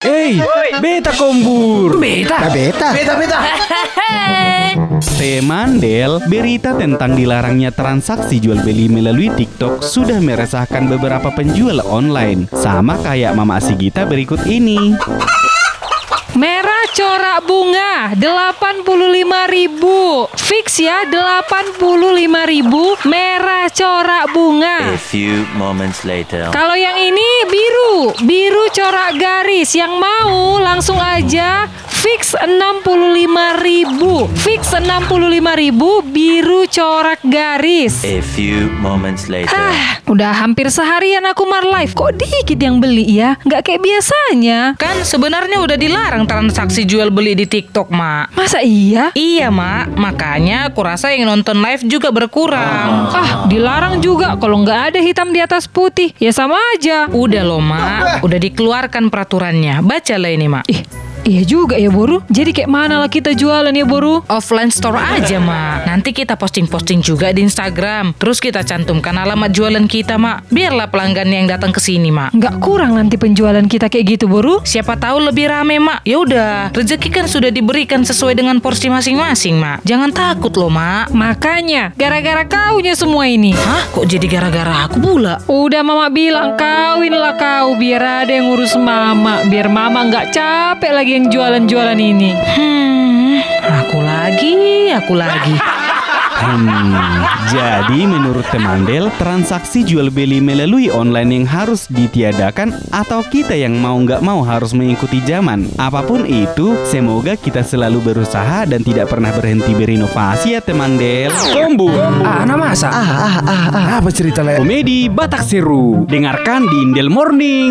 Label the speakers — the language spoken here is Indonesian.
Speaker 1: Hey, beta kombur. Nah,
Speaker 2: Beta.
Speaker 3: beta.
Speaker 1: Temandel, berita tentang dilarangnya transaksi jual beli melalui TikTok sudah meresahkan beberapa penjual online. Sama kayak Mama Sigita berikut ini.
Speaker 4: Merah corak bunga 85.000. Fix ya 85.000 merah corak bunga.
Speaker 5: A few moments later.
Speaker 4: Kalau yang ini biru, biru corak garis. Yang mau langsung aja fix 65.000. Fix 65.000 biru corak garis.
Speaker 5: A few moments later.
Speaker 4: Ah, udah hampir seharian aku mar live Kok dikit yang beli ya? Nggak kayak biasanya
Speaker 6: Kan sebenarnya udah dilarang transaksi jual beli di TikTok, Mak.
Speaker 4: Masa iya?
Speaker 6: Iya, Mak. Makanya aku rasa yang nonton live juga berkurang.
Speaker 4: Ah, dilarang juga kalau nggak ada hitam di atas putih. Ya sama aja.
Speaker 6: Udah loh, Mak. Udah dikeluarkan peraturannya. Bacalah ini, Mak.
Speaker 4: Ih, iya juga ya, Boru. Jadi kayak mana lah kita jualan ya, Boru?
Speaker 6: Offline store aja, Mak. Nanti kita posting-posting juga di Instagram. Terus kita cantumkan alamat jualan kita, Mak. Biarlah pelanggan yang datang ke sini, Mak.
Speaker 4: Nggak kurang nanti penjualan kita kayak gitu, Boru.
Speaker 6: Siapa tahu lebih rame, Mak. Ya udah, rezeki kan sudah diberikan sesuai dengan porsi masing-masing, Mak. Jangan takut loh, Mak.
Speaker 4: Makanya, gara-gara kaunya semua ini.
Speaker 6: Hah? Kok jadi gara-gara aku pula?
Speaker 4: Udah mama bilang kawinlah kau biar ada yang ngurus mama biar mama nggak capek lagi yang jualan-jualan ini.
Speaker 6: Hmm, aku lagi, aku lagi.
Speaker 1: Hmm, jadi menurut Temandel, transaksi jual beli melalui online yang harus ditiadakan atau kita yang mau nggak mau harus mengikuti zaman. Apapun itu, semoga kita selalu berusaha dan tidak pernah berhenti berinovasi ya Temandel. Kombur.
Speaker 2: Ana masa. Ah, ah, ah, ah. Apa cerita lain?
Speaker 1: Komedi Batak Seru Dengarkan di Indel Morning